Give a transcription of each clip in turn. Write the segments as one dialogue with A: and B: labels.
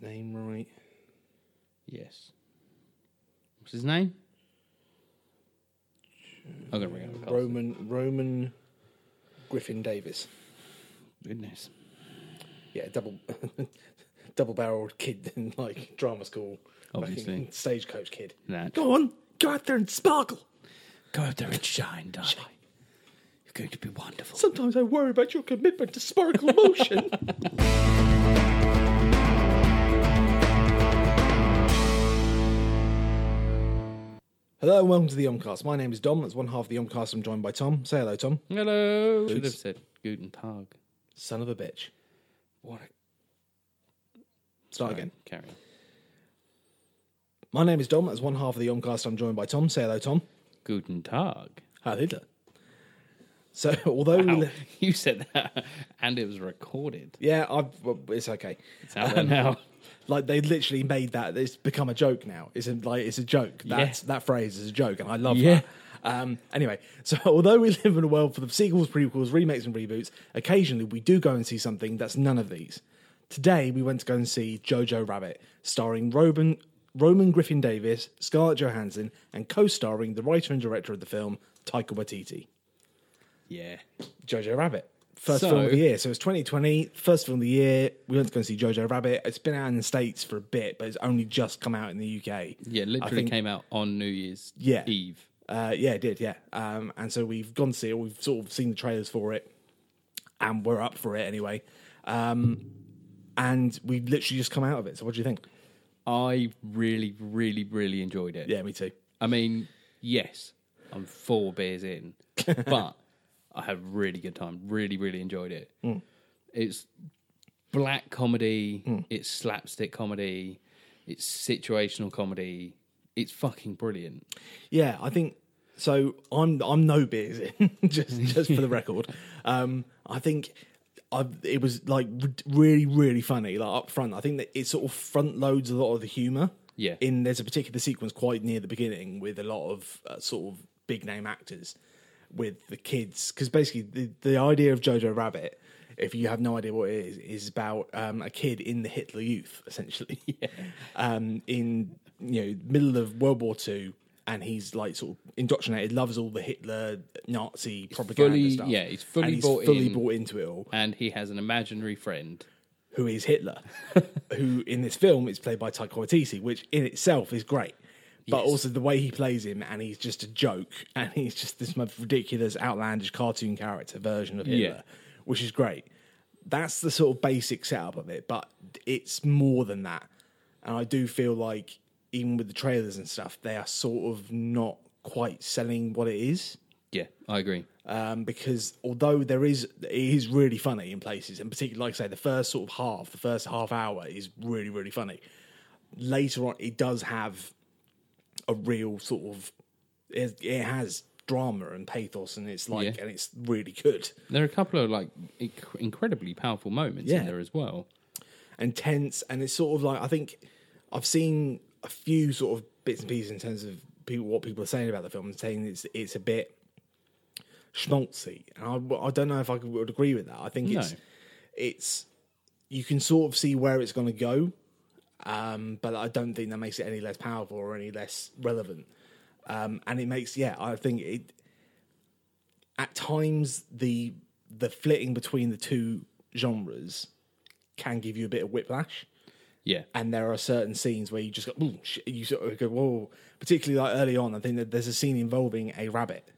A: name right.
B: Yes. What's his name? I'm gonna bring up Carlson.
A: Roman Roman Griffin Davis.
B: Goodness.
A: Yeah, double double barreled kid in like drama school.
B: Obviously.
A: Fucking Stagecoach kid.
B: That.
A: Go on, go out there and sparkle.
B: Go out there and shine, darling. You're going to be wonderful.
A: Sometimes I worry about your commitment to sparkle motion. Hello and welcome to the Omcast. My name is Dom. That's one half of the Omcast. I'm joined by Tom. Say hello, Tom.
B: Hello. Should have said Guten Tag.
A: Son of a bitch.
B: What a
A: Start again.
B: carry. on.
A: My name is Dom. That's one half of the Omcast. I'm joined by Tom. Say hello, Tom.
B: Guten Tag.
A: Hello. So, although we
B: Ow.
A: li-
B: you said that, and it was recorded.
A: yeah, I've, well, it's okay. Um,
B: It's out there now.
A: Like they literally made that. It's become a joke now. It's a, like it's a joke. That's that phrase is a joke, and I love
B: Yeah.
A: that. Um, anyway, so although we live in a world full of sequels, prequels, remakes, and reboots, occasionally we do go and see something that's none of these. Today we went to go and see Jojo Rabbit, starring Roman Roman Griffin Davis, Scarlett Johansson, and co-starring the writer and director of the film Taika Waititi.
B: Yeah.
A: Jojo Rabbit. First
B: So-
A: film of the year. So it's 2020, first film of the year. We went to go and see Jojo Rabbit. It's been out in the States for a bit, but it's only just come out in the UK.
B: Yeah, literally
A: think-
B: came out on New Year's
A: Yeah.
B: Eve.
A: Uh, yeah, it did, yeah. Um, and so we've gone to see it. We've sort of seen the trailers for it, and we're up for it anyway. Um, and we literally just come out of it. So what do you think?
B: I really, really, really enjoyed it.
A: Yeah, me too.
B: I mean, yes, I'm four beers in, but I had a really good time. Really, really enjoyed it.
A: Mm.
B: It's black comedy,
A: Mm.
B: it's slapstick comedy, it's situational comedy. It's fucking brilliant.
A: Yeah, I think so. I'm I'm no beers in just just for the record. Um, I think I it was like re- really really funny like up front. I think that it sort of front loads a lot of the humor.
B: Yeah.
A: In there's a particular sequence quite near the beginning with a lot of uh, sort of big name actors with the kids because basically the, the idea of Jojo Rabbit. If you have no idea what it is, is about um, a kid in the Hitler Youth, essentially um, in you know middle of World War Two, and he's like sort of indoctrinated, loves all the Hitler Nazi propaganda
B: fully-
A: stuff.
B: yeah, he's fully
A: and he's
B: bought
A: fully
B: in.
A: bought into it all.
B: And he has an imaginary friend.
A: Who is Hitler? who in this film is played by Taika Waititi, which in itself is great. But also the way he plays him, and he's just a joke, and he's just this most ridiculous, outlandish cartoon character version of Hitler,
B: Yeah.
A: which is great. That's the sort of basic setup of it, but it's more than that. And I do feel like even with the trailers and stuff, they are sort of not quite selling what it is
B: Yeah, I agree.
A: um, because although there is it is really funny in places, and particularly like I say, the first sort of half, the first half hour is really really funny. Later on, it does have a real sort of it, it has drama and pathos, and it's like
B: Yeah.
A: and it's really good
B: There are a couple of like inc- incredibly powerful moments
A: Yeah.
B: in there as well.
A: and tense, and it's sort of like I think I've seen a few sort of bits and pieces in terms of people what people are saying about the film, and saying it's it's a bit schmaltzy, and I, I don't know if I could- would agree with that. I think it's
B: No.
A: it's you can sort of see where it's going to go, um, but I don't think that makes it any less powerful or any less relevant. Um, and it makes yeah, I think it at times the the flitting between the two genres can give you a bit of whiplash
B: Yeah,
A: and there are certain scenes where you just go, Ooh, shit," you sort of go, whoa. Particularly like early on, I think that there's a scene involving a rabbit,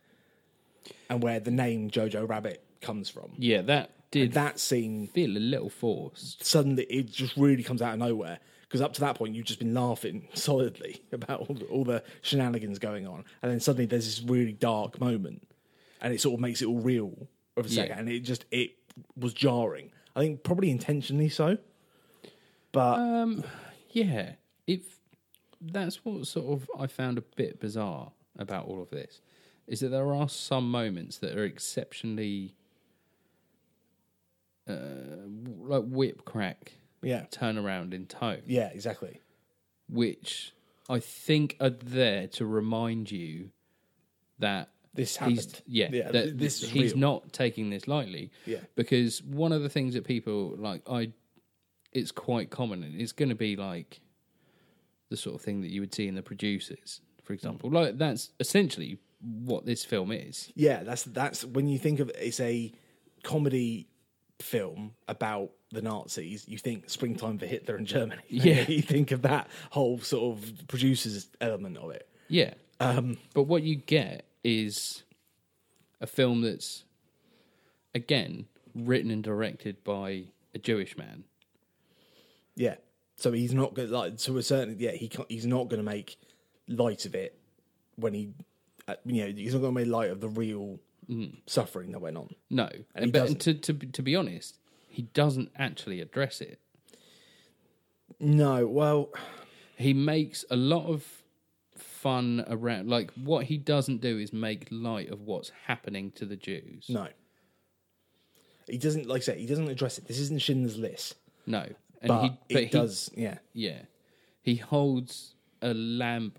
A: and where the name Jojo Rabbit comes from.
B: yeah, that did
A: That scene
B: feel a little forced.
A: suddenly it just really comes out of nowhere because up to that point you've just been laughing solidly about all the, all the shenanigans going on, and then suddenly there's this really dark moment, and it sort of makes it all real of a
B: Yeah.
A: second, and it just it was jarring. I think probably intentionally so, but
B: Yeah, if that's what sort of I found a bit bizarre about all of this is that there are some moments that are exceptionally uh, w- like whip crack
A: yeah,
B: turnaround in tone,
A: yeah, exactly.
B: which I think are there to remind you that
A: This
B: he's
A: happened.
B: yeah,
A: Yeah,
B: that
A: th- this is
B: he's
A: real.
B: not taking this lightly.
A: Yeah.
B: because one of the things that people like I it's quite common, and it's going to be like the sort of thing that you would see in the producers,
A: Hmm.
B: for example. Like that's essentially what this film is.
A: Yeah, that's that's when you think of it's a comedy film about the Nazis, you think springtime for Hitler in Germany.
B: Yeah.
A: you think of that whole sort of producers element of it.
B: Yeah. Um, but what you get is a film that's, again, written and directed by a Jewish man.
A: Yeah. So he's not going to like to a certain yeah he can't, he's not going to make light of it when he uh, you know he's not going to make light of the real
B: Mm.
A: suffering that went on.
B: No,
A: he
B: and but
A: doesn't.
B: to, to to be honest, he doesn't actually address it.
A: No, well,
B: He makes a lot of fun around, like what he doesn't do is make light of what's happening to the Jews.
A: no. He doesn't like I said he doesn't address it. This isn't Schindler's List,
B: No, and
A: but,
B: he but
A: it does. Yeah,
B: Yeah, he holds a lamp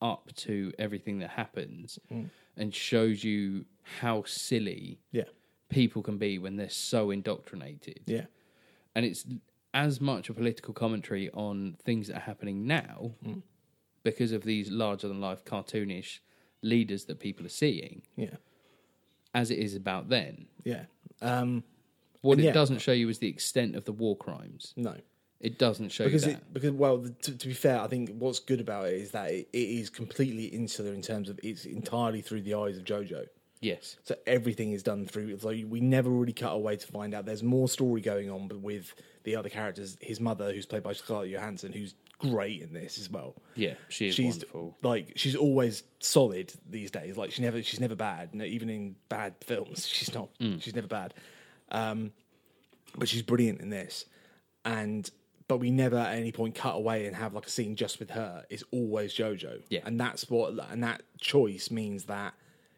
B: up to everything that happens
A: Mm.
B: and shows you how silly
A: yeah,
B: people can be when they're so indoctrinated.
A: yeah,
B: and it's as much a political commentary on things that are happening now
A: Mm.
B: because of these larger than life cartoonish leaders that people are seeing
A: yeah,
B: as it is about then.
A: yeah. Um,
B: What
A: Yeah.
B: it doesn't show you is the extent of the war crimes.
A: no,
B: It doesn't show
A: because
B: you that.
A: it, because well the, to, to be fair i think what's good about it is that it, it is completely insular in terms of it's entirely through the eyes of jojo
B: yes.
A: so everything is done through it's like we never really cut away to find out there's more story going on but with the other characters his mother who's played by scarlett johansson who's great in this as well
B: Yeah, she is
A: she's
B: wonderful.
A: like she's always solid these days like she never she's never bad No, even in bad films she's not
B: Mm.
A: she's never bad Um, but she's brilliant in this. And but we never at any point cut away and have like a scene just with her. It's always Jojo.
B: Yeah.
A: And that's what and that choice means that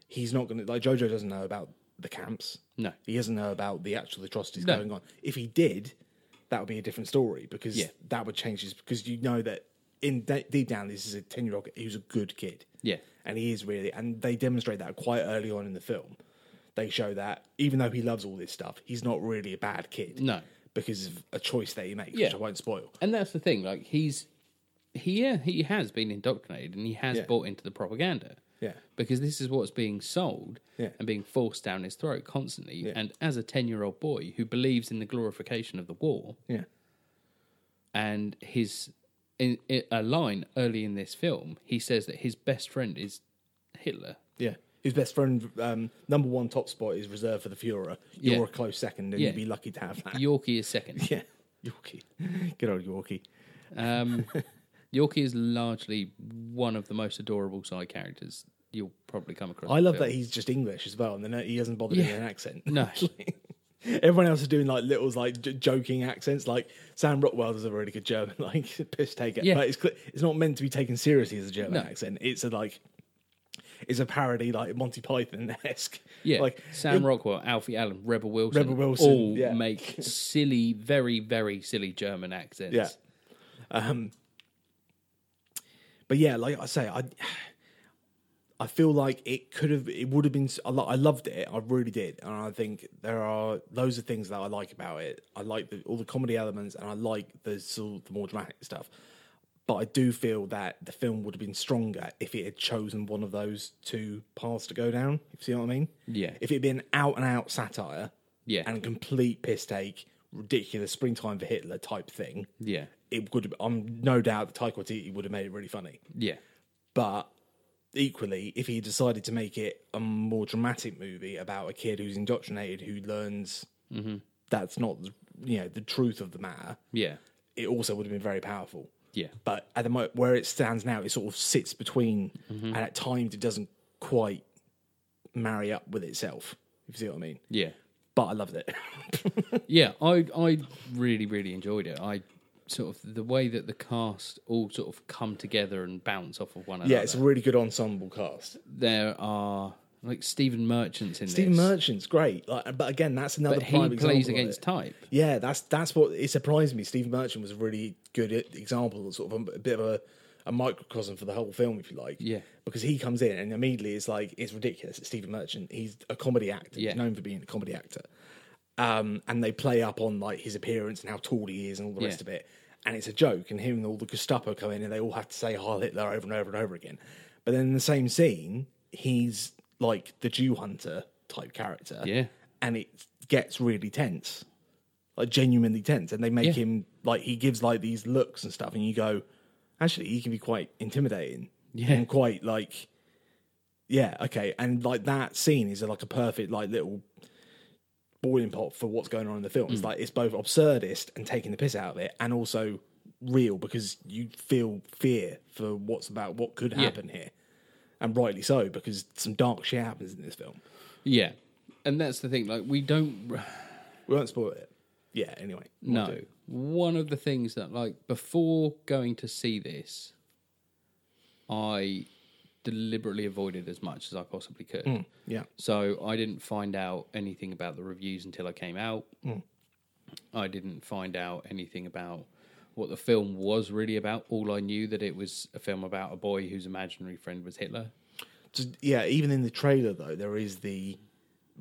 A: he's not gonna like Jojo doesn't know about the camps.
B: No.
A: He doesn't know about the actual atrocities
B: No.
A: going on. If he did, that would be a different story because
B: Yeah.
A: that would change his because you know that in de- deep down this is a ten year old who's a good kid
B: Yeah.
A: and he is really and they demonstrate that quite early on in the film they show that even though he loves all this stuff he's not really a bad kid
B: No.
A: because of a choice that he makes which
B: Yeah.
A: i won't spoil
B: And that's the thing, like he's he yeah, he has been indoctrinated and he has
A: Yeah.
B: bought into the propaganda.
A: yeah
B: because this is what's being sold
A: Yeah.
B: and being forced down his throat constantly. And as a 10 year old boy who believes in the glorification of the war,
A: yeah
B: and his in, in a line early in this film, he says that his best friend is Hitler.
A: yeah his best friend um, number one top spot is reserved for the Fuhrer. You're
B: Yeah.
A: a close second, and
B: Yeah.
A: you'd be lucky to have that.
B: Yorkie is second.
A: yeah, Yorkie, good old Yorkie.
B: Um, Yorkie is largely one of the most adorable side characters you'll probably come across.
A: I
B: in
A: love
B: film.
A: that he's just English as well, and then he doesn't bother doing
B: Yeah.
A: an accent.
B: No,
A: Everyone else is doing like little like j- joking accents. Like Sam Rockwell does a really good German like piss taker,
B: Yeah.
A: but it's cl- it's not meant to be taken seriously as a German
B: No.
A: accent. It's a like it's a parody like Monty Python esque.
B: yeah.
A: like
B: Sam Rockwell, Alfie Allen, Rebel Wilson,
A: Rebel Wilson,
B: all
A: yeah.
B: make silly, very, very silly German accents.
A: yeah. Um, but yeah, like I say, I I feel like it could have, it would have been. s- I lo- I loved it, I really did, and I think there are loads of things that I like about it. I like the, all the comedy elements, and I like the sort of the more dramatic stuff. But I do feel that the film would have been stronger if it had chosen one of those two paths to go down. If you see what I mean?
B: Yeah.
A: If it had been out and out satire,
B: Yeah.
A: and complete piss take, ridiculous springtime for Hitler type thing,
B: Yeah.
A: it would have, I'm no doubt that Taika Waititi would have made it really funny.
B: Yeah.
A: But equally, if he decided to make it a more dramatic movie about a kid who's indoctrinated, who learns
B: Mm-hmm.
A: that's not, the- you know, the truth of the matter,
B: Yeah.
A: it also would have been very powerful.
B: Yeah.
A: But at the moment where it stands now, it sort of sits between,
B: Mm-hmm.
A: and at times it doesn't quite marry up with itself. If you see what I mean.
B: Yeah.
A: But I loved it.
B: Yeah. I I really, really enjoyed it. I sort of the way that the cast all sort of come together and bounce off of one another.
A: yeah, it's a really good ensemble cast.
B: There are like Stephen Merchant's in
A: Steve
B: this.
A: Merchant's great, like, but again, that's another
B: but he
A: prime
B: plays
A: example of
B: against
A: it.
B: type.
A: Yeah, that's that's what it surprised me. Steve Merchant was a really good e- example, of sort of a, a bit of a, a microcosm for the whole film, if you like.
B: Yeah.
A: because he comes in and immediately it's like it's ridiculous. It's Stephen Merchant. He's a comedy actor.
B: Yeah.
A: He's known for being a comedy actor. um, and they play up on like his appearance and how tall he is and all the rest
B: Yeah.
A: of it. And it's a joke, and him and all the Gestapo come in, and they all have to say "Heil Hitler" over and over and over again. But then in the same scene, he's like the Jew hunter type character,
B: Yeah.
A: and it gets really tense, like genuinely tense. And they make
B: Yeah.
A: him like he gives like these looks and stuff, and you go, actually, he can be quite intimidating,
B: Yeah.
A: and quite like, yeah, okay. And like that scene is like a perfect like little boiling pot for what's going on in the film.
B: Mm.
A: It's like it's both absurdist and taking the piss out of it, and also real because you feel fear for what's about what could happen here, and rightly so because some dark shit happens in this film.
B: Yeah. And that's the thing. Like, we don't.
A: We won't spoil it. Yeah. Anyway, we'll
B: No.
A: do.
B: One of the things that, like, before going to see this, I deliberately avoided as much as I possibly could.
A: Yeah.
B: So I didn't find out anything about the reviews until I came out.
A: Mm.
B: I didn't find out anything about what the film was really about. All I knew that it was a film about a boy whose imaginary friend was Hitler.
A: Just, yeah. Even in the trailer though, there is the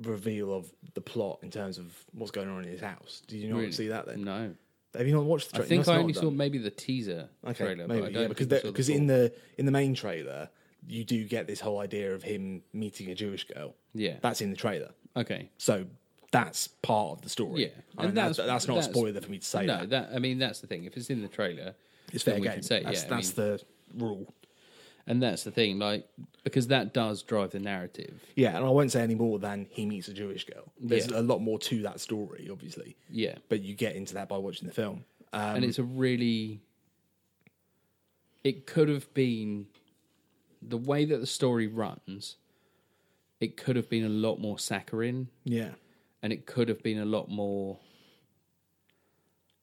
A: reveal of the plot in terms of what's going on in his house. Did you not
B: Really?
A: see that then?
B: No.
A: Have you not watched the
B: I
A: trailer?
B: think I only saw maybe the teaser
A: Okay,
B: trailer,
A: maybe
B: but I
A: yeah,
B: don't
A: because
B: think I
A: there-
B: saw
A: because
B: full-
A: in the in the main trailer you do get this whole idea of him meeting a Jewish girl.
B: Yeah.
A: that's in the trailer,
B: Okay.
A: so that's part of the story.
B: Yeah,
A: I mean,
B: and
A: that's,
B: that's-
A: that's not
B: that's-
A: a spoiler for me to say.
B: No,
A: that.
B: that I mean that's the thing. If it's in the trailer,
A: it's fair
B: then we
A: game.
B: can say
A: that's
B: yeah. I
A: that's
B: mean,
A: the rule.
B: and that's the thing, like because that does drive the narrative.
A: Yeah, and I won't say any more than he meets a Jewish girl. There's
B: Yeah.
A: a lot more to that story, obviously.
B: Yeah.
A: but you get into that by watching the film. Uh,
B: and it's a really it could have been the way that the story runs it could have been a lot more saccharine
A: yeah,
B: and it could have been a lot more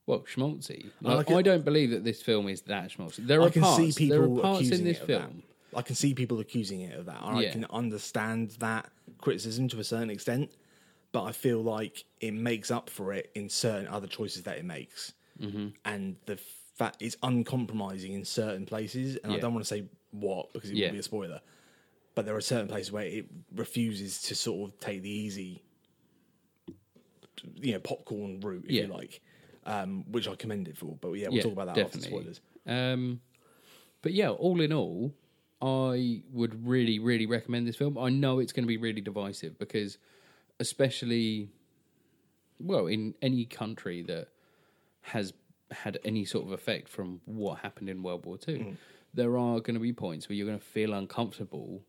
B: well schmaltzy
A: I
B: like,
A: like it-
B: i don't believe that this film is that schmaltzy there
A: I
B: are
A: can
B: parts,
A: see people
B: there are parts
A: accusing
B: in this
A: it of
B: film
A: that. I can see people accusing it of that. and I
B: Yeah.
A: can understand that criticism to a certain extent, but I feel like it makes up for it in certain other choices that it makes, mm-hmm. and the fact it's uncompromising in certain places. And I
B: Yeah.
A: don't want to say what because it
B: Yeah.
A: would be a spoiler, but there are certain places where it refuses to sort of take the easy, you know, popcorn route, if
B: Yeah.
A: you like. Um, which I commend it for, but yeah, we'll
B: Yeah,
A: talk about that
B: definitely.
A: after spoilers.
B: Um, but yeah, all in all, I would really, really recommend this film. I know it's going to be really divisive because, especially, well, in any country that has had any sort of effect from what happened in World War Two,
A: Mm.
B: there are going to be points where you're going to feel uncomfortable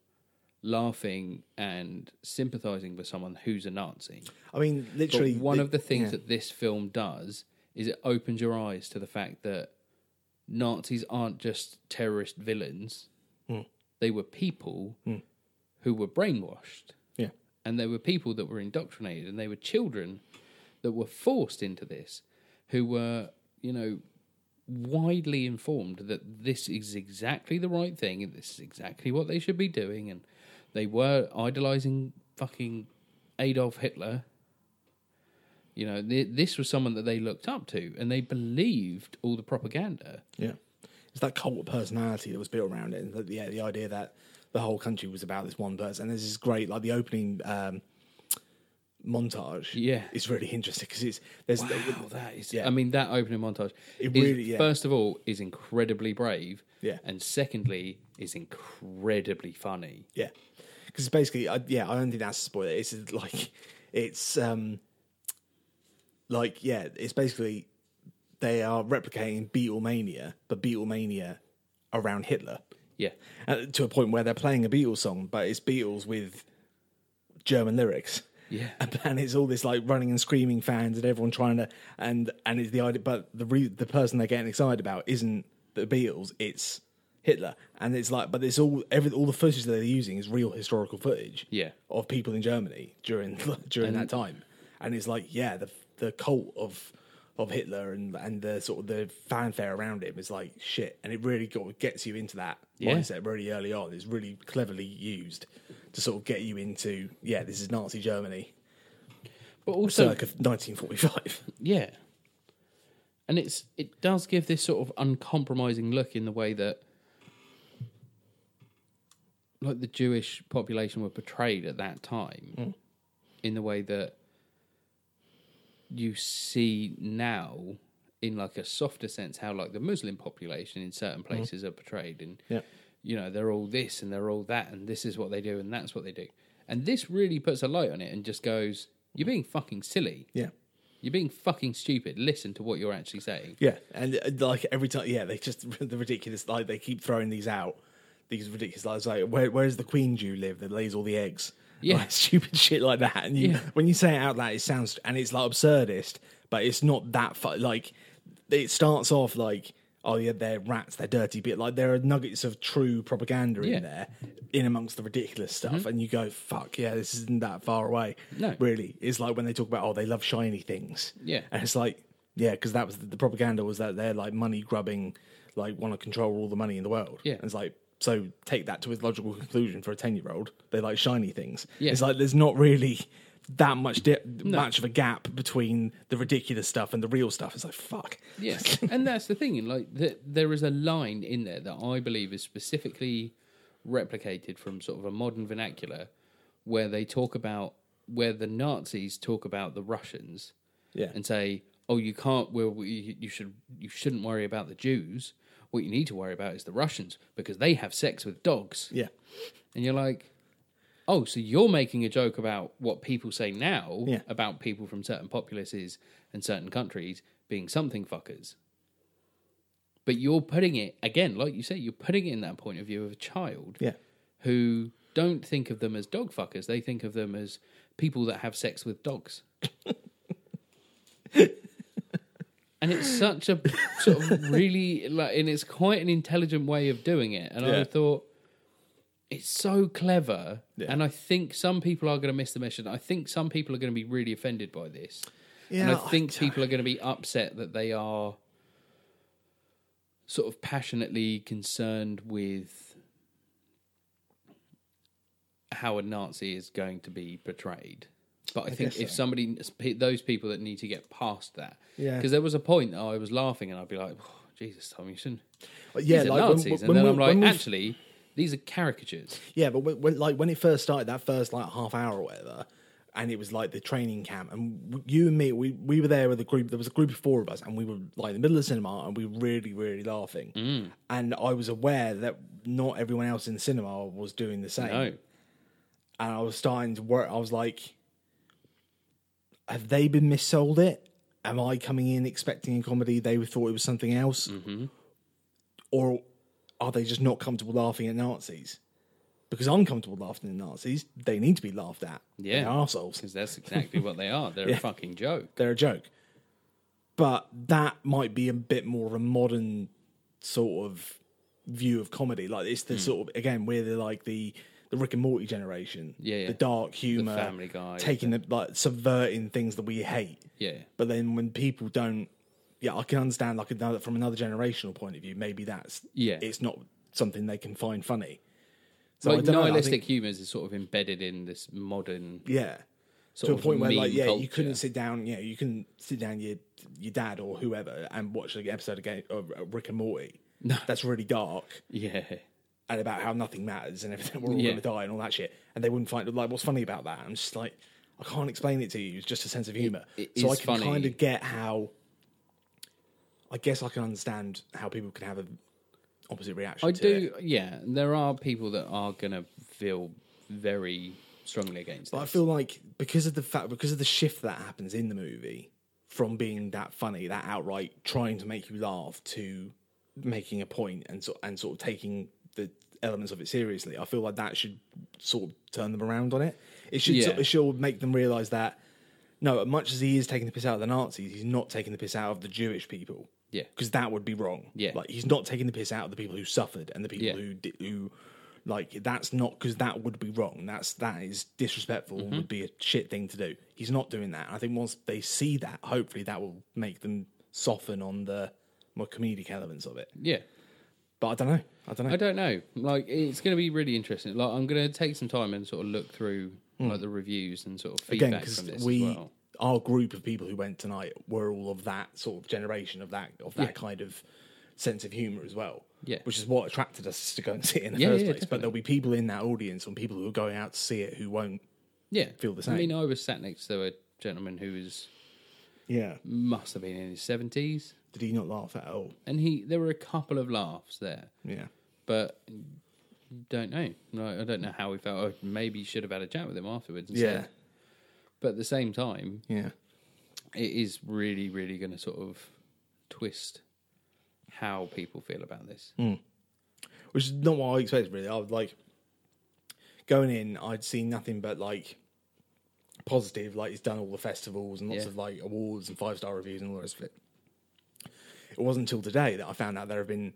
B: laughing and sympathizing with someone who's a Nazi.
A: I mean,
B: But
A: literally,
B: one
A: the-
B: of the things
A: yeah.
B: that this film does is it opens your eyes to the fact that Nazis aren't just terrorist villains.
A: Hmm.
B: They were people who were brainwashed.
A: Yeah.
B: And they were people that were indoctrinated and they were children that were forced into this, who were, you know, widely informed that this is exactly the right thing and this is exactly what they should be doing. And they were idolizing fucking Adolf Hitler. You know, th- this was someone that they looked up to and they believed all the propaganda.
A: Yeah. It's that cult personality that was built around it. And the, yeah, the idea that the whole country was about this one person. And this is great. Like the opening um, montage
B: Yeah.
A: is really interesting because it's, there's,
B: Wow, that is.
A: Yeah.
B: I mean, that opening montage.
A: It
B: is-
A: really- yeah.
B: First of all, is incredibly brave.
A: Yeah.
B: And secondly, is incredibly funny.
A: yeah. Because basically, I, yeah, I don't think that's a spoiler. It's just like, it's, um, like, yeah, it's basically they are replicating Beatlemania, but Beatlemania around Hitler.
B: Yeah.
A: uh, to a point where they're playing a Beatles song, but it's Beatles with German lyrics.
B: Yeah.
A: And, and it's all this like running and screaming fans and everyone trying to and and it's the idea, but the re, the person they're getting excited about isn't the Beatles, it's Hitler, and it's like, but it's all every all the footage that they're using is real historical footage,
B: Yeah.
A: of people in Germany during during that time, and it's like, yeah, the the cult of of Hitler and and the sort of the fanfare around him is like shit, and it really got, gets you into that
B: Yeah.
A: mindset really early on. It's really cleverly used to sort of get you into, yeah, this is Nazi Germany
B: But also,
A: circa 1945.
B: Yeah. And it's it does give this sort of uncompromising look in the way that like the Jewish population were portrayed at that time in the way that you see now in like a softer sense how like the Muslim population in certain places are portrayed and
A: Yeah.
B: you know they're all this and they're all that and this is what they do and that's what they do and this really puts a light on it and just goes you're being fucking silly
A: Yeah.
B: you're being fucking stupid listen to what you're actually saying
A: Yeah, and uh, like every time, yeah, they just the ridiculous like they keep throwing these out, these ridiculous lies like where where does the queen Jew live that lays all the eggs?
B: Yeah.
A: Like, stupid shit like that. And you,
B: Yeah.
A: when you say it out loud, it sounds and it's like absurdist, but it's not that fu- like it starts off like oh yeah, they're rats, they're dirty, but like there are nuggets of true propaganda
B: Yeah. Mm-hmm.
A: in there, in amongst the ridiculous stuff, and you go fuck yeah, this isn't that far away.
B: No.
A: really, it's like when they talk about oh they love shiny things.
B: Yeah.
A: And it's like, yeah, because that was the propaganda was that they're like money grubbing, like want to control all the money in the world.
B: Yeah.
A: And it's like, so take that to its logical conclusion for a 10 year old. They like shiny things.
B: Yeah.
A: It's like there's not really that much di- much of a gap between the ridiculous stuff and the real stuff. It's like, fuck.
B: Yeah, and that's the thing. Like, th there is a line in there that I believe is specifically replicated from sort of a modern vernacular, where they talk about where the Nazis talk about the Russians
A: Yeah.
B: and say, "Oh, you can't. Well, we, you should. You shouldn't worry about the Jews. What you need to worry about is the Russians because they have sex with dogs."
A: Yeah.
B: And you're like, oh, so you're making a joke about what people say now
A: Yeah.
B: about people from certain populaces and certain countries being something fuckers. But you're putting it, again, like you say, you're putting it in that point of view of a child
A: Yeah.
B: who don't think of them as dog fuckers. They think of them as people that have sex with dogs. and it's such a sort of really like and it's quite an intelligent way of doing it. And
A: Yeah.
B: I thought it's so clever.
A: Yeah.
B: And I think some people are gonna miss the mission. I think some people are gonna be really offended by this. and
A: Yeah,
B: I think
A: I-
B: people are gonna be upset that they are sort of passionately concerned with how a Nazi is going to be portrayed. But I, think
A: guess
B: if somebody, those people that need to get past that,
A: Yeah.
B: because there was a point that I was laughing and I'd be like, oh, Jesus, Tom, you shouldn't.
A: But
B: Yeah,
A: yeah,
B: these are
A: like when-
B: Nazis.
A: when
B: and
A: we-
B: then I'm
A: when we-
B: like, actually, these are caricatures.
A: Yeah, but when, when, like when it first started, that first like half hour or whatever, and it was like the training camp, and w- you and me, we we were there with a group. There was a group of four of us, and we were like in the middle of the cinema, and we were really really laughing. And I was aware that not everyone else in the cinema was doing the same,
B: No.
A: and I was starting to work. I was like, have they been missold it? Am I coming in expecting a comedy? They thought it was something else, or are they just not comfortable laughing at Nazis? Because I'm comfortable laughing at Nazis, they need to be laughed at.
B: Yeah.
A: they're assholes.
B: Because that's exactly what they are. They're a fucking joke.
A: They're a joke. But that might be a bit more of a modern sort of view of comedy. Like it's
B: Hmm.
A: the sort of again we're the like the the Rick and Morty generation.
B: Yeah, yeah.
A: the dark humor,
B: Family Guy,
A: taking the like subverting things that we hate.
B: Yeah.
A: But then when people don't, yeah, I can understand like another from another generational point of view. Maybe that's
B: Yeah.
A: it's not something they can find funny. So I
B: Like,
A: don't know, I
B: nihilistic
A: think-
B: humour is sort of embedded in this modern
A: yeah,
B: sort
A: to a
B: of
A: point where like
B: meme
A: yeah,
B: culture.
A: you couldn't sit down, yeah, you can sit down your your dad or whoever and watch an episode of, Game, of Rick and Morty. That's really dark
B: Yeah.
A: and about how nothing matters and everything. We're all
B: Yeah.
A: going to die and all that shit. And they wouldn't find like what's funny about that. I'm just like, I can't explain it to you. It's just a sense of humor.
B: it
A: so I
B: is
A: can
B: funny.
A: kind of get how. I guess I can understand how people can have an opposite reaction.
B: I
A: to
B: do,
A: It.
B: yeah. There are people that are going to feel very strongly against
A: But I
B: this.
A: feel like because of the fact, because of the shift that happens in the movie from being that funny, that outright trying to make you laugh to making a point and sort and sort of taking the elements of it seriously. I feel like that should sort of turn them around on it. It should
B: Yeah.
A: sort it should make them realize that no, much as he is taking the piss out of the Nazis, he's not taking the piss out of the Jewish people.
B: Yeah.
A: because that would be wrong.
B: Yeah.
A: like he's not taking the piss out of the people who suffered and the people
B: Yeah.
A: who di- who like that's not because that would be wrong. That's that is disrespectful. and
B: Mm-hmm.
A: Would be a shit thing to do. He's not doing that. I think once they see that, hopefully that will make them soften on the more comedic elements of it.
B: yeah.
A: But I don't know. I don't know.
B: I don't know. Like, it's going to be really interesting. Like, I'm going to take some time and sort of look through like the reviews and sort of feedback
A: Hmm. Again,
B: from
A: because
B: this
A: we.
B: as well.
A: Our group of people who went tonight were all of that sort of generation of that of that kind of sense of humor as well.
B: Yeah.
A: which is what attracted us to go and see it in the
B: Yeah,
A: first
B: yeah,
A: place. But there'll be people in that audience and people who are going out to see it who won't.
B: Yeah,
A: feel the
B: I mean, I was sat next to a gentleman who was
A: Yeah.
B: must have been in his seventies,
A: Did he not laugh at all?
B: and he there were a couple of laughs there,
A: Yeah.
B: but don't know. No, I don't know how he felt. I maybe should have had a chat with him afterwards. And
A: Yeah.
B: said- but at the same time,
A: Yeah.
B: it is really, really going to sort of twist how people feel about this.
A: Which is not what I expected really. I was like going in, I'd seen nothing but like positive, like he's done all the festivals and lots
B: Yeah.
A: of like awards and five star reviews and all the rest of it. It wasn't until today that I found out there have been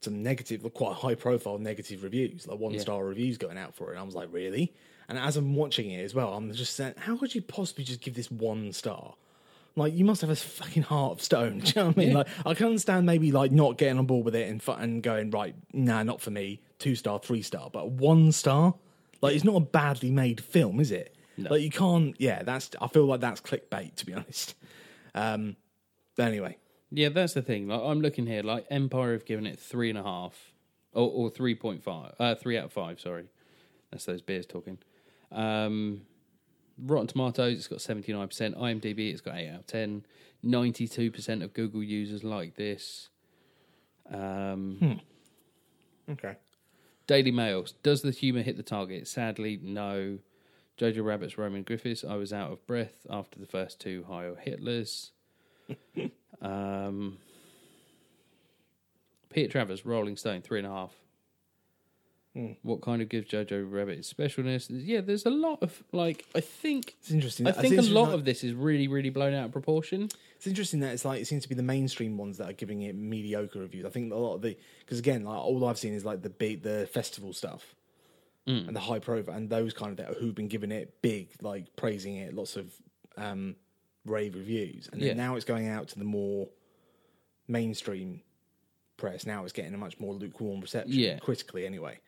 A: some negative, quite high profile negative reviews, like one star reviews going out for it. And I was like, really? And as I'm watching it as well, I'm just saying, how could you possibly just give this one star? Like, you must have a fucking heart of stone. Do you know what I mean? Like, I can understand maybe like not getting on board with it and, fu- and going, right, nah, not for me, two star, three star, but one star? Like, it's not a badly made film, is it? Like, you can't, yeah, that's, I feel like that's clickbait, to be honest. Um, but anyway,
B: Yeah, that's the thing. Like, I'm looking here. Like Empire have given it three and a half, or, or three point five, uh, three out of five. Sorry, that's those beers talking. Um, Rotten Tomatoes, it's got seventy nine percent. IMDb, it's got eight out of ten. Ninety two percent of Google users like this. Um,
A: okay.
B: Daily Mail. Does the humour hit the target? Sadly, no. Jojo Rabbit's Roman Griffiths. I was out of breath after the first two Heil Hitlers. um, Peter Travers, Rolling Stone, three and a half. What kind of gives Jojo Rabbit its specialness? Yeah, there's a lot of like. I think
A: It's interesting.
B: I
A: It's
B: think a
A: interesting
B: lot
A: that-
B: of this is really, really blown out of proportion.
A: It's interesting that it's like it seems to be the mainstream ones that are giving it mediocre reviews. I think a lot of the because again, like all I've seen is like the big the festival stuff
B: Mm.
A: and the high profile and those kind of that who've been giving it big like praising it, lots of um rave reviews, and then
B: Yeah.
A: now it's going out to the more mainstream press. Now it's getting a much more lukewarm reception,
B: Yeah.
A: critically anyway.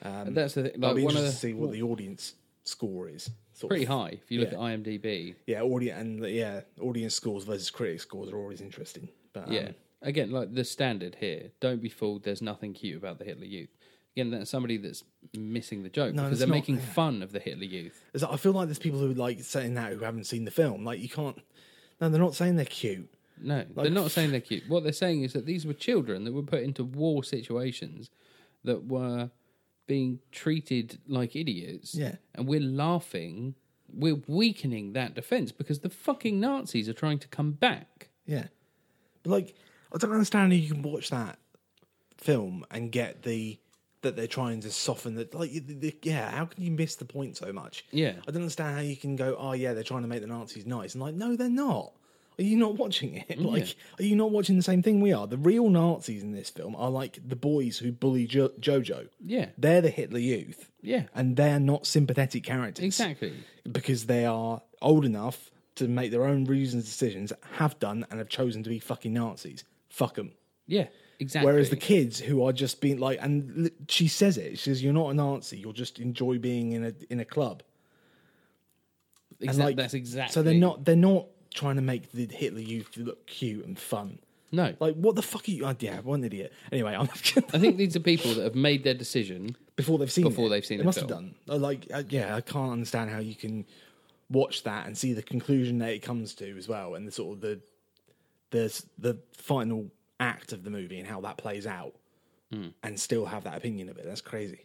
A: Um,
B: That's the thing.
A: I'll
B: Like
A: be
B: one of
A: interested
B: the
A: to see what the audience score is. Sort
B: pretty
A: of.
B: high. If you look
A: Yeah.
B: at IMDb,
A: yeah, audience and yeah, audience scores versus critic scores are always interesting. But um,
B: Yeah. Again, like the standard here. Don't be fooled. There's nothing cute about the Hitler Youth. Again, that's somebody that's missing the joke because
A: that's
B: they're
A: not-
B: making fun of the Hitler Youth.
A: It's like, I feel like there's people who like saying that who haven't seen the film. Like you can't. No, they're not saying they're cute.
B: No, they're not saying they're cute. What they're saying is that these were children that were put into war situations that were being treated like idiots.
A: Yeah.
B: And we're laughing. We're weakening that defense because the fucking Nazis are trying to come back.
A: Yeah, but like I don't understand how you can watch that film and get the that they're trying to soften the like. The, the, yeah, how can you miss the point so much?
B: Yeah.
A: I don't understand how you can go. Oh yeah, they're trying to make the Nazis nice, and like no, they're not. Are you not watching it? Like, are you not watching the same thing we are? The real Nazis in this film are like the boys who bully jo- Jojo.
B: Yeah.
A: They're the Hitler Youth.
B: Yeah.
A: And they're not sympathetic characters
B: Exactly.
A: because they are old enough to make their own reasons, decisions, have done, and have chosen to be fucking Nazis. Fuck them.
B: Yeah. Exactly.
A: Whereas the kids who are just being like, and li- she says it. She says, "You're not a Nazi. You'll just enjoy being in a in a club."
B: Exac-
A: And like,
B: that's exactly
A: So they're not they're not trying to make the Hitler Youth look cute and fun.
B: no
A: Like, what the fuck are you? Oh, yeah, what an idiot. Anyway, I'm
B: I think these are people that have made their decision.
A: before they've seen
B: Before
A: it.
B: they've seen
A: they
B: the
A: must have
B: film.
A: done Uh, like uh, yeah i can't understand how you can watch that and see the conclusion that it comes to as well and the sort of the the the final act of the movie and how that plays out
B: Hmm.
A: and still have that opinion of it that's crazy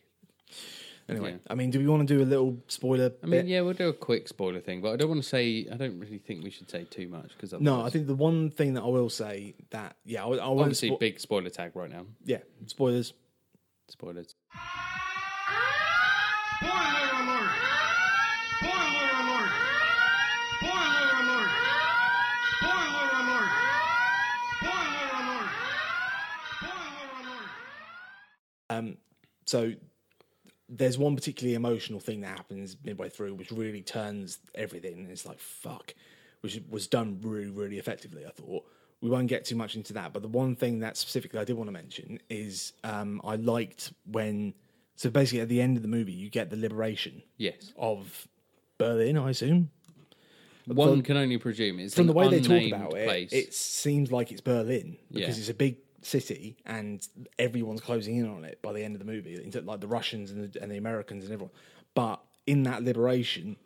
A: anyway
B: Yeah.
A: i mean do we want to do a little spoiler
B: I mean, yeah, we'll do a quick spoiler thing, but I don't want to say. I don't really think we should say too much because
A: no i think the one thing that i will say that yeah i, I won't
B: obviously
A: spo-
B: big spoiler tag right now.
A: yeah spoilers
B: Spoilers.
C: Boiler alert! Boiler alert! Boiler alert! Boiler alert! Boiler alert! Boiler alert!
A: so there's one particularly emotional thing that happens midway through which really turns everything and it's like fuck which was done really really effectively i thought we won't get too much into that but the one thing that specifically i did want to mention is um, i liked when so basically at the end of the movie you get the liberation
B: Yes,
A: of berlin i assume
B: one can only presume it's
A: from the way they talk
B: unnamed
A: about it,
B: place.
A: it seems like it's Berlin because
B: Yeah.
A: it's a big city and everyone's closing in on it by the end of the movie, into- like the Russians and the, and the Americans and everyone. But in that liberation,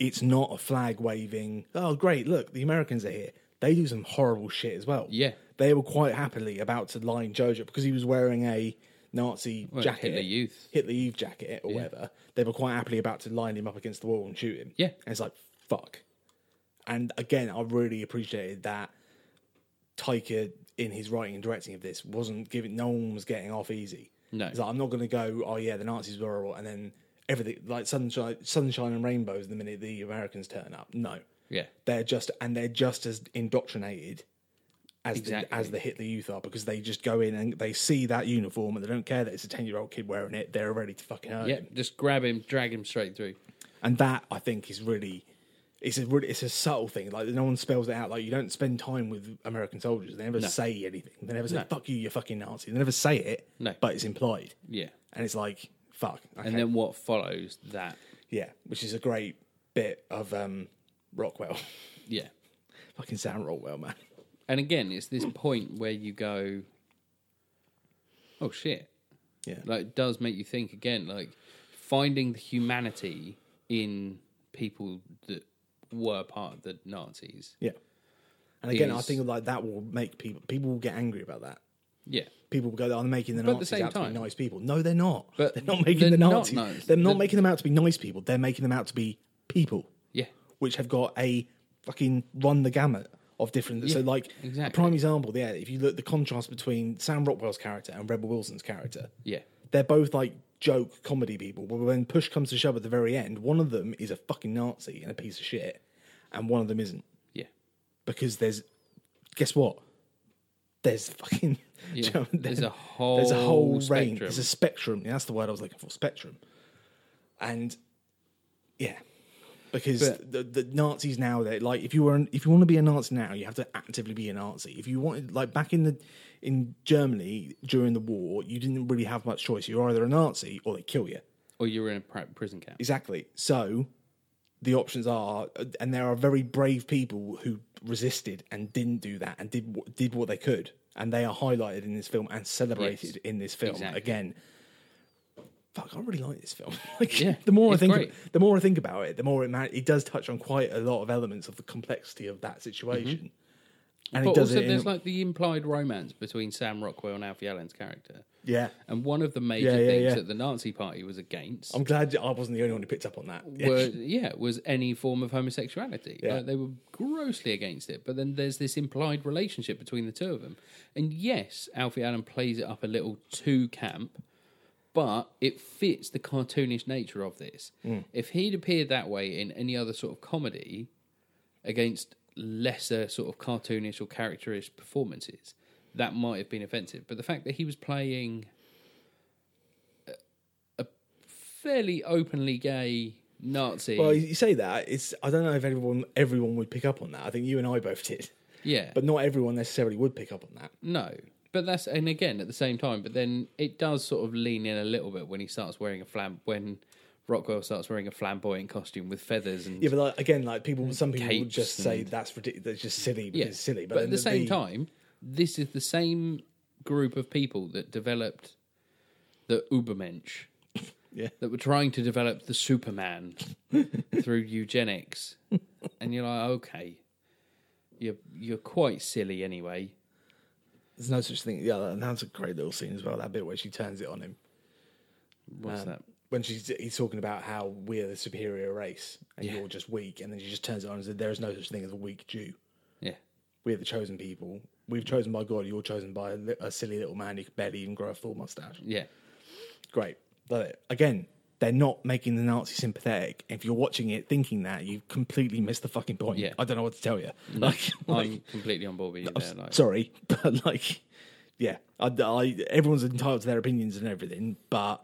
A: it's not a flag waving. Oh, great! Look, the Americans are here. They do some horrible shit as well.
B: Yeah.
A: they were quite happily about to line Jojo because he was wearing a Nazi jacket,
B: Hitler Youth.
A: Hitler Youth jacket, or whatever. They were quite happily about to line him up against the wall and shoot him.
B: Yeah.
A: and it's like fuck. And again, I really appreciated that Taika in his writing and directing of this wasn't giving. No one was getting off easy.
B: No.
A: it's like I'm not going to go. Oh yeah, the Nazis were horrible, and then everything like sunshine, sunshine and rainbows. The minute the Americans turn up, no,
B: Yeah.
A: they're just and they're just as indoctrinated as
B: Exactly.
A: the, as the Hitler Youth are because they just go in and they see that uniform and they don't care that it's a ten year old kid wearing it. They're ready to fucking hurt
B: Yeah.
A: him,
B: Just grab him, drag him straight through.
A: and that I think is really. It's a really, it's a subtle thing. Like no one spells it out. Like you don't spend time with American soldiers. They never say anything. They never say "fuck you, you fucking Nazi." They never say it.
B: No.
A: but it's implied.
B: Yeah.
A: And it's like, fuck. Okay.
B: And then what follows that?
A: yeah, which is a great bit of um, Rockwell.
B: Yeah.
A: Fucking Sam Rockwell, man.
B: And again, it's this point where you go, oh shit.
A: Yeah.
B: Like, it does make you think again, like, finding the humanity in people that were part of the Nazis.
A: yeah. And again, I
B: Is-
A: think like that will make people people will get angry about that.
B: Yeah.
A: People will go, "I'm making the
B: But at the
A: Nazis
B: same
A: out to
B: time-
A: be nice people." No, they're not.
B: But
A: they're not making
B: they're
A: the
B: not
A: Nazis.
B: nice.
A: They're not
B: They're-
A: making them out to be nice people. They're making them out to be people,
B: Yeah.
A: which have got a fucking run the gamut of different. so, like a
B: exactly.
A: prime example, yeah. If you look the contrast between Sam Rockwell's character and Rebel Wilson's character,
B: Yeah.
A: they're both like joke comedy people. But when push comes to shove at the very end, one of them is a fucking Nazi and a piece of shit, and one of them isn't.
B: Yeah.
A: Because there's, guess what? There's fucking.
B: Yeah.
A: do you know-
B: There's a whole
A: There's a whole range.
B: spectrum.
A: There's a spectrum. Yeah, that's the word I was looking for. Spectrum. And yeah, because the, the Nazis now they like if you were an, if you want to be a Nazi now, you have to actively be a Nazi. If you wanted like back in the in Germany during the war, you didn't really have much choice. You're either a Nazi or they kill you.
B: Or you were in a pri- prison camp.
A: Exactly. So the options are, and there are very brave people who resisted and didn't do that and did wh- did what they could, and they are highlighted in this film and celebrated in this film
B: exactly.
A: again. Fuck, I really like this film. like,
B: Yeah,
A: the more I
B: it's
A: think,
B: great.
A: the more I think about it, the more it man- it does touch on quite a lot of elements of the complexity of that situation, and
B: Mm-hmm. But
A: it does
B: also,
A: it.
B: there's
A: In,
B: like the implied romance between Sam Rockwell and Alfie Allen's character.
A: yeah,
B: And one of the major
A: Yeah, yeah,
B: things
A: yeah.
B: that the Nazi Party was against
A: I'm glad I wasn't the only one who picked up on that. Yeah.
B: were yeah was any form of homosexuality.
A: Yeah.
B: Like, they were grossly against it. But then there's this implied relationship between the two of them. And yes, Alfie Allen plays it up a little too camp, but it fits the cartoonish nature of this. If he'd appeared that way in any other sort of comedy against lesser sort of cartoonish or characterish performances, that might have been offensive. But the fact that he was playing fairly openly gay Nazi,
A: Well, you say that it's. I don't know if everyone everyone would pick up on that. I think you and I both did,
B: yeah,
A: but not everyone necessarily would pick up on that.
B: No, but that's and again at the same time. But then it does sort of lean in a little bit when he starts wearing a flam when Rockwell starts wearing a flamboyant costume with feathers and
A: Yeah, but like, again, like people, some people would
B: Capes
A: just say that's ridiculous. That's just silly. Because
B: Yeah,
A: it's silly. But,
B: But, at
A: then
B: the same time, this is the same group of people that developed the Ubermensch.
A: Yeah.
B: That were trying to develop the Superman through eugenics, and you're like, okay, you're you're quite silly anyway.
A: there's no such thing. Yeah, and that's a great little scene as well. That bit where she turns it on him
B: What's that?
A: when she's he's talking about how we're the superior race and you're just weak, and then she just turns it on and said, "There is no such thing as a weak Jew.
B: Yeah,
A: We're the chosen people. We've chosen by God. You're chosen by a, li- a silly little man who could barely even grow a full mustache."
B: yeah,
A: Great. Love it. Again, they're not making the Nazi sympathetic. If you're watching it thinking that, you completely missed the fucking point.
B: Yeah. Oh,
A: I don't know what to tell you. Like, like,
B: I'm completely on board with you there. Like,
A: sorry, but like, yeah, I, I, everyone's entitled to their opinions and everything, but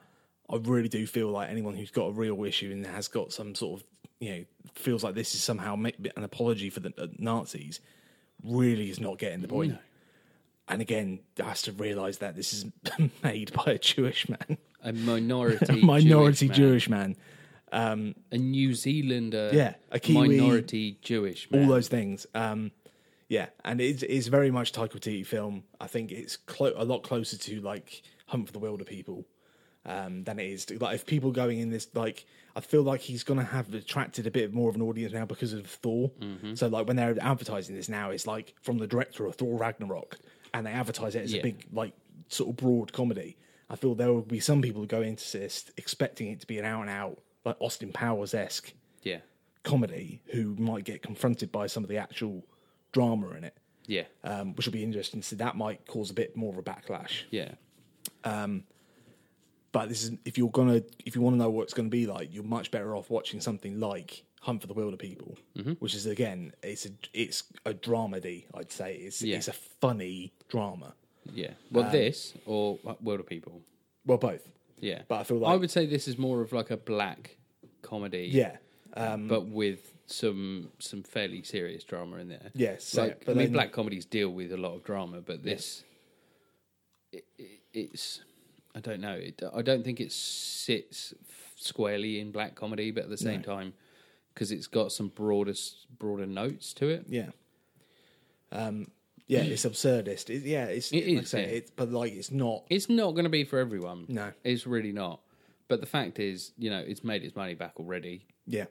A: I really do feel like anyone who's got a real issue and has got some sort of, you know, feels like this is somehow ma- an apology for the uh, Nazis, really is not getting the point. And again, has to realise that this is made by a Jewish man
B: a minority
A: minority
B: Jewish, man.
A: Jewish man,
B: a New Zealander,
A: Yeah, a Kiwi.
B: minority Jewish man.
A: all those things. Um, yeah, and it's, it's very much Taika Waititi film. I think it's clo- a lot closer to like Hunt for the Wilder people um, than it is. to- Like if people going in this, like I feel like he's gonna have attracted a bit more of an audience now because of Thor.
B: Mm-hmm.
A: So like when they're advertising this now, it's like from the director of Thor Ragnarok, and they advertise it as
B: Yeah.
A: a big like sort of broad comedy. I feel there will be some people who go into this expecting it to be an out and out like Austin Powers esque
B: Yeah.
A: comedy who might get confronted by some of the actual drama in it,
B: Yeah.
A: um, which will be interesting. So that might cause a bit more of a backlash.
B: Yeah.
A: But this is if you're gonna if you want to know what it's gonna be like, you're much better off watching something like Hunt for the Wilder People,
B: Mm-hmm.
A: which is again it's a it's a dramedy. I'd say it's
B: Yeah.
A: it's a funny drama.
B: Yeah. Well,
A: Um,
B: this or uh, World of People.
A: Well, both.
B: Yeah.
A: But I feel
B: I
A: like-
B: would say this is more of like a black comedy. um,
A: Yeah, um,
B: but with some some fairly serious drama in there.
A: Yeah, so-
B: like
A: but
B: I mean,
A: then-
B: black comedies deal with a lot of drama, but this, it, it, it's I don't know. It, I don't think it sits squarely in black comedy, but at the same time, because it's got some broader s- broader notes to it.
A: yeah, um, yeah. It's absurdist. It, yeah, it's
B: Mm. It
A: like I
B: is,
A: say,
B: yeah.
A: it's- but like it's not.
B: It's not going to be for everyone.
A: No.
B: it's really not. But the fact is, you know, it's made its money back already.
A: Yeah,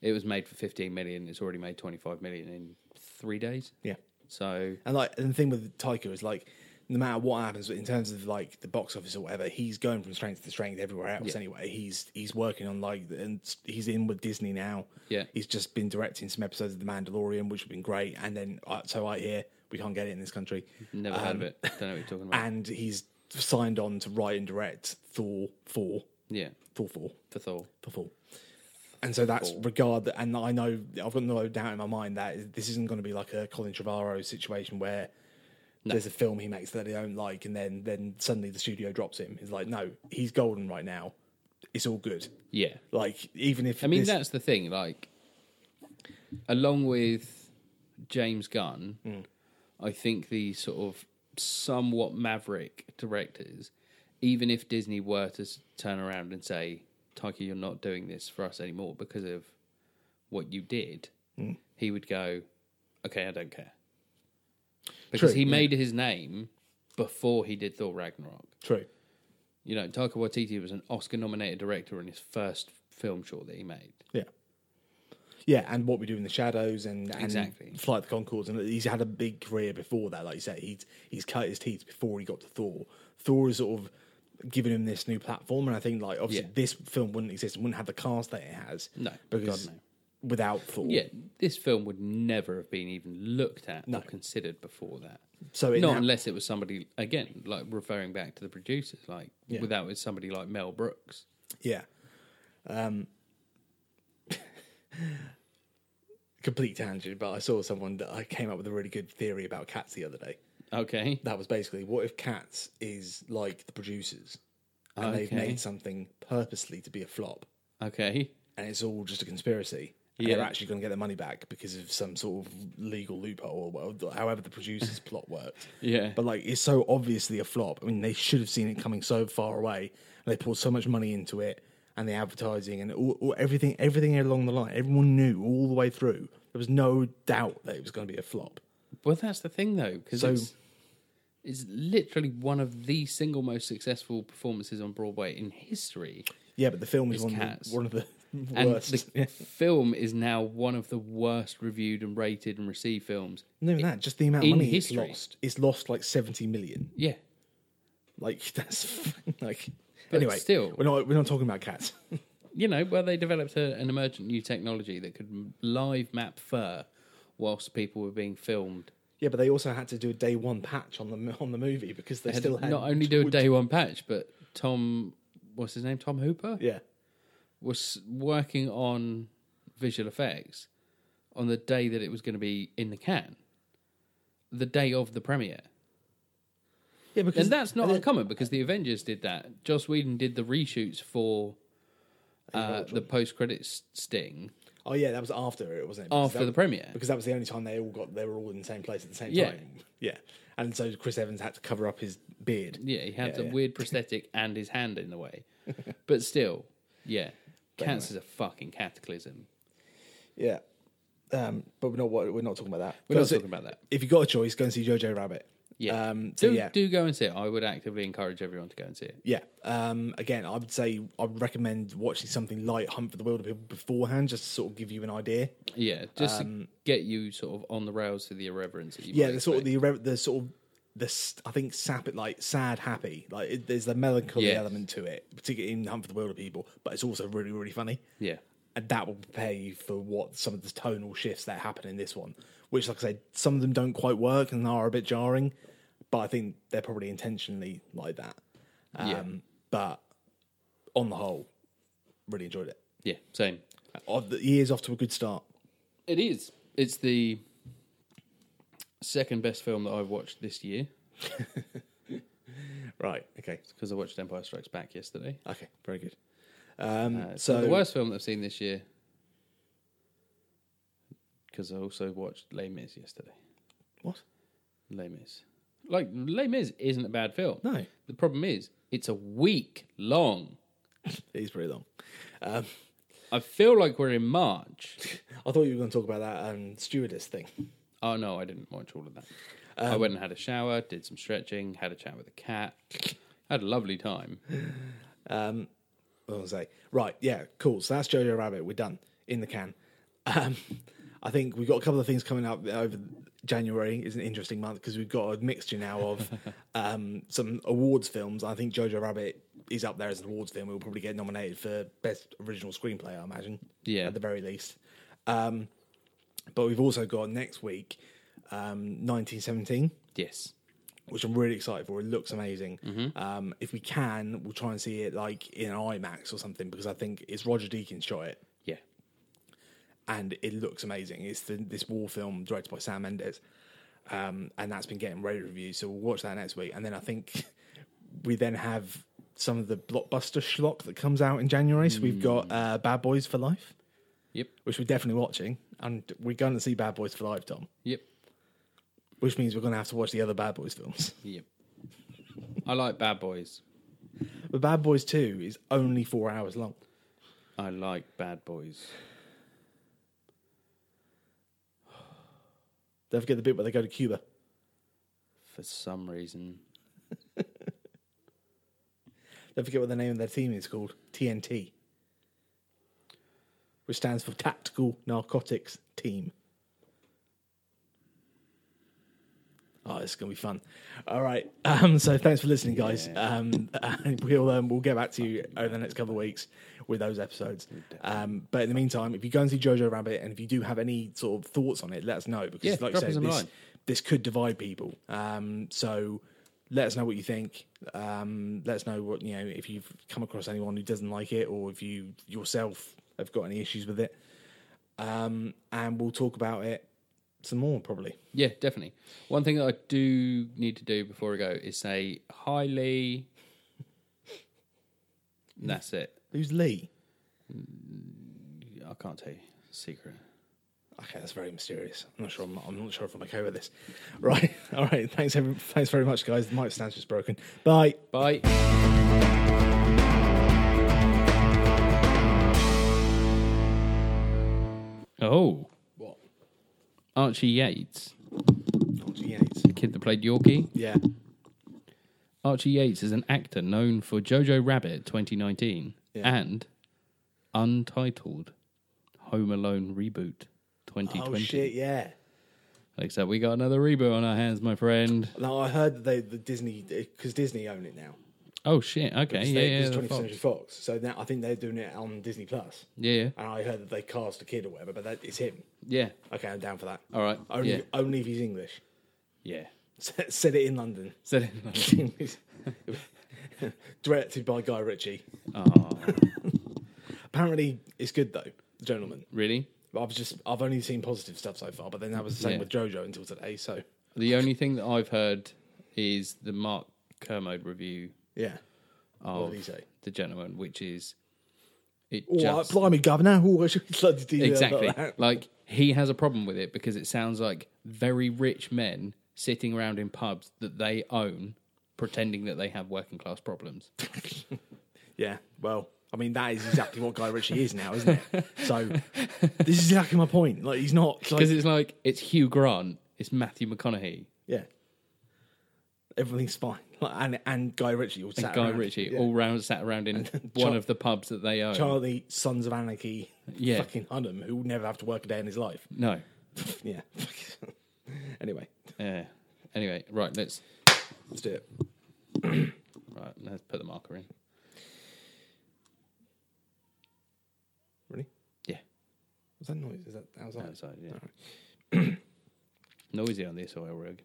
B: It was made for 15 million. It's already made 25 million in three days.
A: yeah.
B: So
A: And like and the thing with Taika is like no matter what happens in terms of like the box office or whatever, he's going from strength to strength everywhere else.
B: Yeah.
A: Anyway, he's he's working on like and he's in with Disney now.
B: Yeah.
A: he's just been directing some episodes of The Mandalorian, which have been great. And then uh, so I hear we can't get it in this country.
B: Never heard
A: Um,
B: of it. Don't know what you're talking about.
A: And he's signed on to write and direct Thor four,
B: yeah,
A: Thor four,
B: for Thor.
A: for Thor. And so that's regard that, and I know I've got no doubt in my mind that this isn't going to be like a Colin Trevorrow situation where there's a film he makes that they don't like, and then then suddenly the studio drops him. It's like, no, he's golden right now. It's all good.
B: Yeah,
A: Like even if
B: I mean
A: this-
B: that's the thing. Like, along with James Gunn,
A: Mm.
B: I think the sort of somewhat maverick directors, even if Disney were to s- turn around and say, "Taika, you're not doing this for us anymore because of what you did,"
A: Mm.
B: he would go, "Okay, I don't care," because
A: True,
B: he
A: yeah.
B: made his name before he did Thor Ragnarok.
A: true,
B: You know, Taika Waititi was an Oscar-nominated director in his first film short that he made.
A: yeah, yeah, and what we do in the shadows and, and
B: Exactly.
A: flight of the Concords, and he's had a big career before that. Like you say, he's he's cut his teeth before he got to Thor. Thor is sort of giving him this new platform, and I think like obviously
B: Yeah.
A: this film wouldn't exist, and wouldn't have the cast that it has,
B: No,
A: because
B: God,
A: without Thor,
B: Yeah, this film would never have been even looked at
A: No.
B: or considered before that.
A: So it
B: not
A: now-
B: unless it was somebody again, like referring back to the producers, like
A: Yeah.
B: without it's somebody like Mel Brooks.
A: Yeah. Um, complete tangent, but I saw someone that I came up with a really good theory about cats the other day.
B: Okay,
A: That was basically what if cats is like the producers and they've
B: Okay.
A: made something purposely to be a flop
B: okay,
A: and it's all just a conspiracy. and
B: Yeah.
A: They're actually going to get their money back because of some sort of legal loophole or wha- however the producers' plot worked.
B: Yeah.
A: But like, it's so obviously a flop. I mean, they should have seen it coming so far away. And they poured so much money into it and the advertising and all, all, everything, everything along the line. Everyone knew all the way through. There was no doubt that it was going to be a flop.
B: well that's the thing though, because
A: So-
B: it's, it's literally one of the single most successful performances on Broadway in history.
A: Yeah, but the film is
B: It's
A: one of,
B: Cats.
A: the, one of the
B: And
A: worst.
B: the film is now one of the worst reviewed and rated and received films.
A: Not even that, just the amount of
B: in
A: money it's
B: history.
A: lost. It's lost like seventy million.
B: Yeah,
A: Like that's like.
B: But
A: anyway,
B: still-
A: we're not we're not talking about cats.
B: you know, where they developed a, an emergent new technology that could m- live map fur whilst people were being filmed.
A: Yeah, but they also had to do a day one patch on the on the movie because they
B: Had
A: still had
B: not only do a day one patch, but Tom, what's his name, Tom Hooper,
A: Yeah,
B: was working on visual effects on the day that it was going to be in the can, the day of the premiere.
A: yeah, because
B: And that's not
A: and then-
B: uncommon because the Avengers did that. Joss Whedon did the reshoots for uh, the post credits sting.
A: oh yeah, that was after it wasn't it? Because
B: After
A: that
B: the
A: was-
B: premiere.
A: because that was the only time they all got they were all in the same place at the same
B: Yeah.
A: time. Yeah, and so Chris Evans had to cover up his beard.
B: Yeah, he had
A: Yeah,
B: the
A: yeah.
B: weird prosthetic and his hand in the way. but still, yeah, cancer's a fucking cataclysm.
A: yeah. Um, but we're not we're not talking about that.
B: We're not
A: Because
B: talking about that.
A: If you got a choice, go and see Jojo Rabbit.
B: Yeah.
A: Um, so
B: do,
A: yeah.
B: do go and see it. I would actively encourage everyone to go and see it.
A: Yeah. Um, again, I would say I would recommend watching something like Hunt for the Wilder People beforehand, just to sort of give you an idea.
B: Yeah, just to get you sort of on the rails to the irreverence that you
A: Um, Yeah,
B: might
A: the sort of
B: expect.
A: the irre- the sort of the s- I think sap like sad happy like it, there's the melancholy
B: Yes.
A: element to it, particularly in Hunt for the Wilder People, but it's also really really funny.
B: Yeah.
A: and that will prepare you for what some of the tonal shifts that happen in this one. Which, like I said, some of them don't quite work and are a bit jarring, but I think they're probably intentionally like that. Um,
B: Yeah.
A: But on the whole, really enjoyed it.
B: Yeah, same.
A: Oh, the year's off to a good start.
B: It is. It's the second best film that I've watched this year
A: Right. Okay.
B: because I watched Empire Strikes Back yesterday.
A: Okay. Very good.
B: Uh, so
A: Um, So-
B: the worst film that I've seen this year because I also watched Les Mis yesterday.
A: What?
B: Les Mis. Like Les Mis isn't a bad film.
A: No.
B: The problem is it's a week long.
A: It is pretty long.
B: I feel like we're in March.
A: I thought you were going to talk about that um, stewardess thing.
B: oh no, I didn't watch all of that. I went and had a shower, did some stretching, had a chat with the cat. Had a lovely time.
A: What was I gonna say? Right, yeah, cool. So that's Jojo Rabbit. We're done in the can. Um, I think we've got a couple of things coming up over January. is an interesting month because we've got a mixture now of um, some awards films. I think Jojo Rabbit is up there as an awards film. We'll probably get nominated for best original screenplay, I imagine.
B: Yeah.
A: at the very least. Um, but we've also got next week, um, 1917
B: Yes.
A: which I'm really excited for. It looks amazing. Um, if we can, we'll try and see it like in an IMAX or something because I think it's Roger Deakins shot it,
B: Yeah.
A: and it looks amazing. It's the, this war film directed by Sam Mendes, um, and that's been getting rave reviews. So we'll watch that next week, and then I think we then have some of the blockbuster schlock that comes out in January. So we've got uh, Bad Boys for Life,
B: Yep.
A: which we're definitely watching, and we're going to see Bad Boys for Life, Tom.
B: Yep.
A: Which means we're going to have to watch the other Bad Boys films.
B: Yep. I like Bad Boys.
A: But Bad Boys Two is only four hours long.
B: I like Bad Boys.
A: Don't forget the bit where they go to Cuba.
B: For some reason,
A: Don't forget what the name of their team is called TNT, which stands for Tactical Narcotics Team. Oh, this is gonna be fun. All right. Um, so thanks for listening, guys. Um, and we'll um, we'll get back to you over the next couple of weeks with those episodes. Um, but in the meantime, if you go and see Jojo Rabbit, and if you do have any sort of thoughts on it, let us know because,
B: Yeah,
A: like I
B: drop
A: said,
B: us a
A: this,
B: line.
A: this could divide people. Um, so let us know what you think. Um, let us know what you know if you've come across anyone who doesn't like it, or if you yourself have got any issues with it. Um, and we'll talk about it some more probably.
B: yeah, definitely. One thing that I do need to do before I go is say hi, Lee. And That's it.
A: Who's Lee?
B: I can't tell you. Secret.
A: Okay, that's very mysterious. I'm not sure. I'm, I'm not sure if I'm okay with this. Right. All right. Thanks. Every, thanks very much, guys. The mic stand's just broken. Bye.
B: Bye. Oh,
A: What?
B: Archie Yates, Oh,
A: Yates.
B: the kid that played Yorkie.
A: Yeah.
B: Archie Yates is an actor known for Jojo Rabbit 2019
A: Yeah.
B: and Untitled Home Alone Reboot 2020.
A: Oh shit. Yeah.
B: Except we got another reboot on our hands, my friend.
A: No, I heard that they the Disney because Disney own it now.
B: Oh shit, okay.
A: It's
B: Yeah,
A: they-
B: yeah,
A: it's
B: the
A: 20th
B: Fox.
A: Century Fox. So now I think they're doing it on Disney Plus.
B: yeah, yeah.
A: And I heard that they cast a kid or whatever, but that is him.
B: Yeah.
A: Okay, I'm down for that.
B: All right.
A: Only,
B: Oh, Yeah.
A: only if he's English.
B: Yeah.
A: Said it in London.
B: So,
A: Directed by Guy Ritchie.
B: oh,
A: Apparently, it's good though. The Gentleman.
B: really?
A: I've just I've only seen positive stuff so far, but then that was the same
B: Yeah.
A: with JoJo until today. So
B: The only thing that I've heard is the Mark Kermode review
A: yeah.
B: of Oh,
A: did he say?
B: The Gentleman, which is it
A: All right,
B: just
A: blimey, governor. Ooh, I should like to do that,
B: exactly
A: uh, like that.
B: like he has a problem with it because it sounds like very rich men sitting around in pubs that they own pretending that they have working class problems
A: Yeah. Well, I mean that is exactly what Guy Ritchie is now, isn't it? So this is exactly my point. Like he's not like
B: because it's like it's hugh grant it's matthew mcconaughey
A: yeah. everything's fine. Like, and and Guy Ritchie all sat
B: Guy
A: around.
B: Ritchie
A: Yeah.
B: all round sat around in one of the pubs that they own.
A: Charlie, Sons of Anarchy,
B: Yeah.
A: fucking Hunnam, who will never have to work a day in his life.
B: No.
A: yeah. anyway,
B: Yeah. Anyway, right. Let's
A: let's do it.
B: right. Let's put the marker in.
A: Ready?
B: Yeah.
A: What's that noise? Is that outside?
B: Outside. Yeah. Noisy on this oil rig.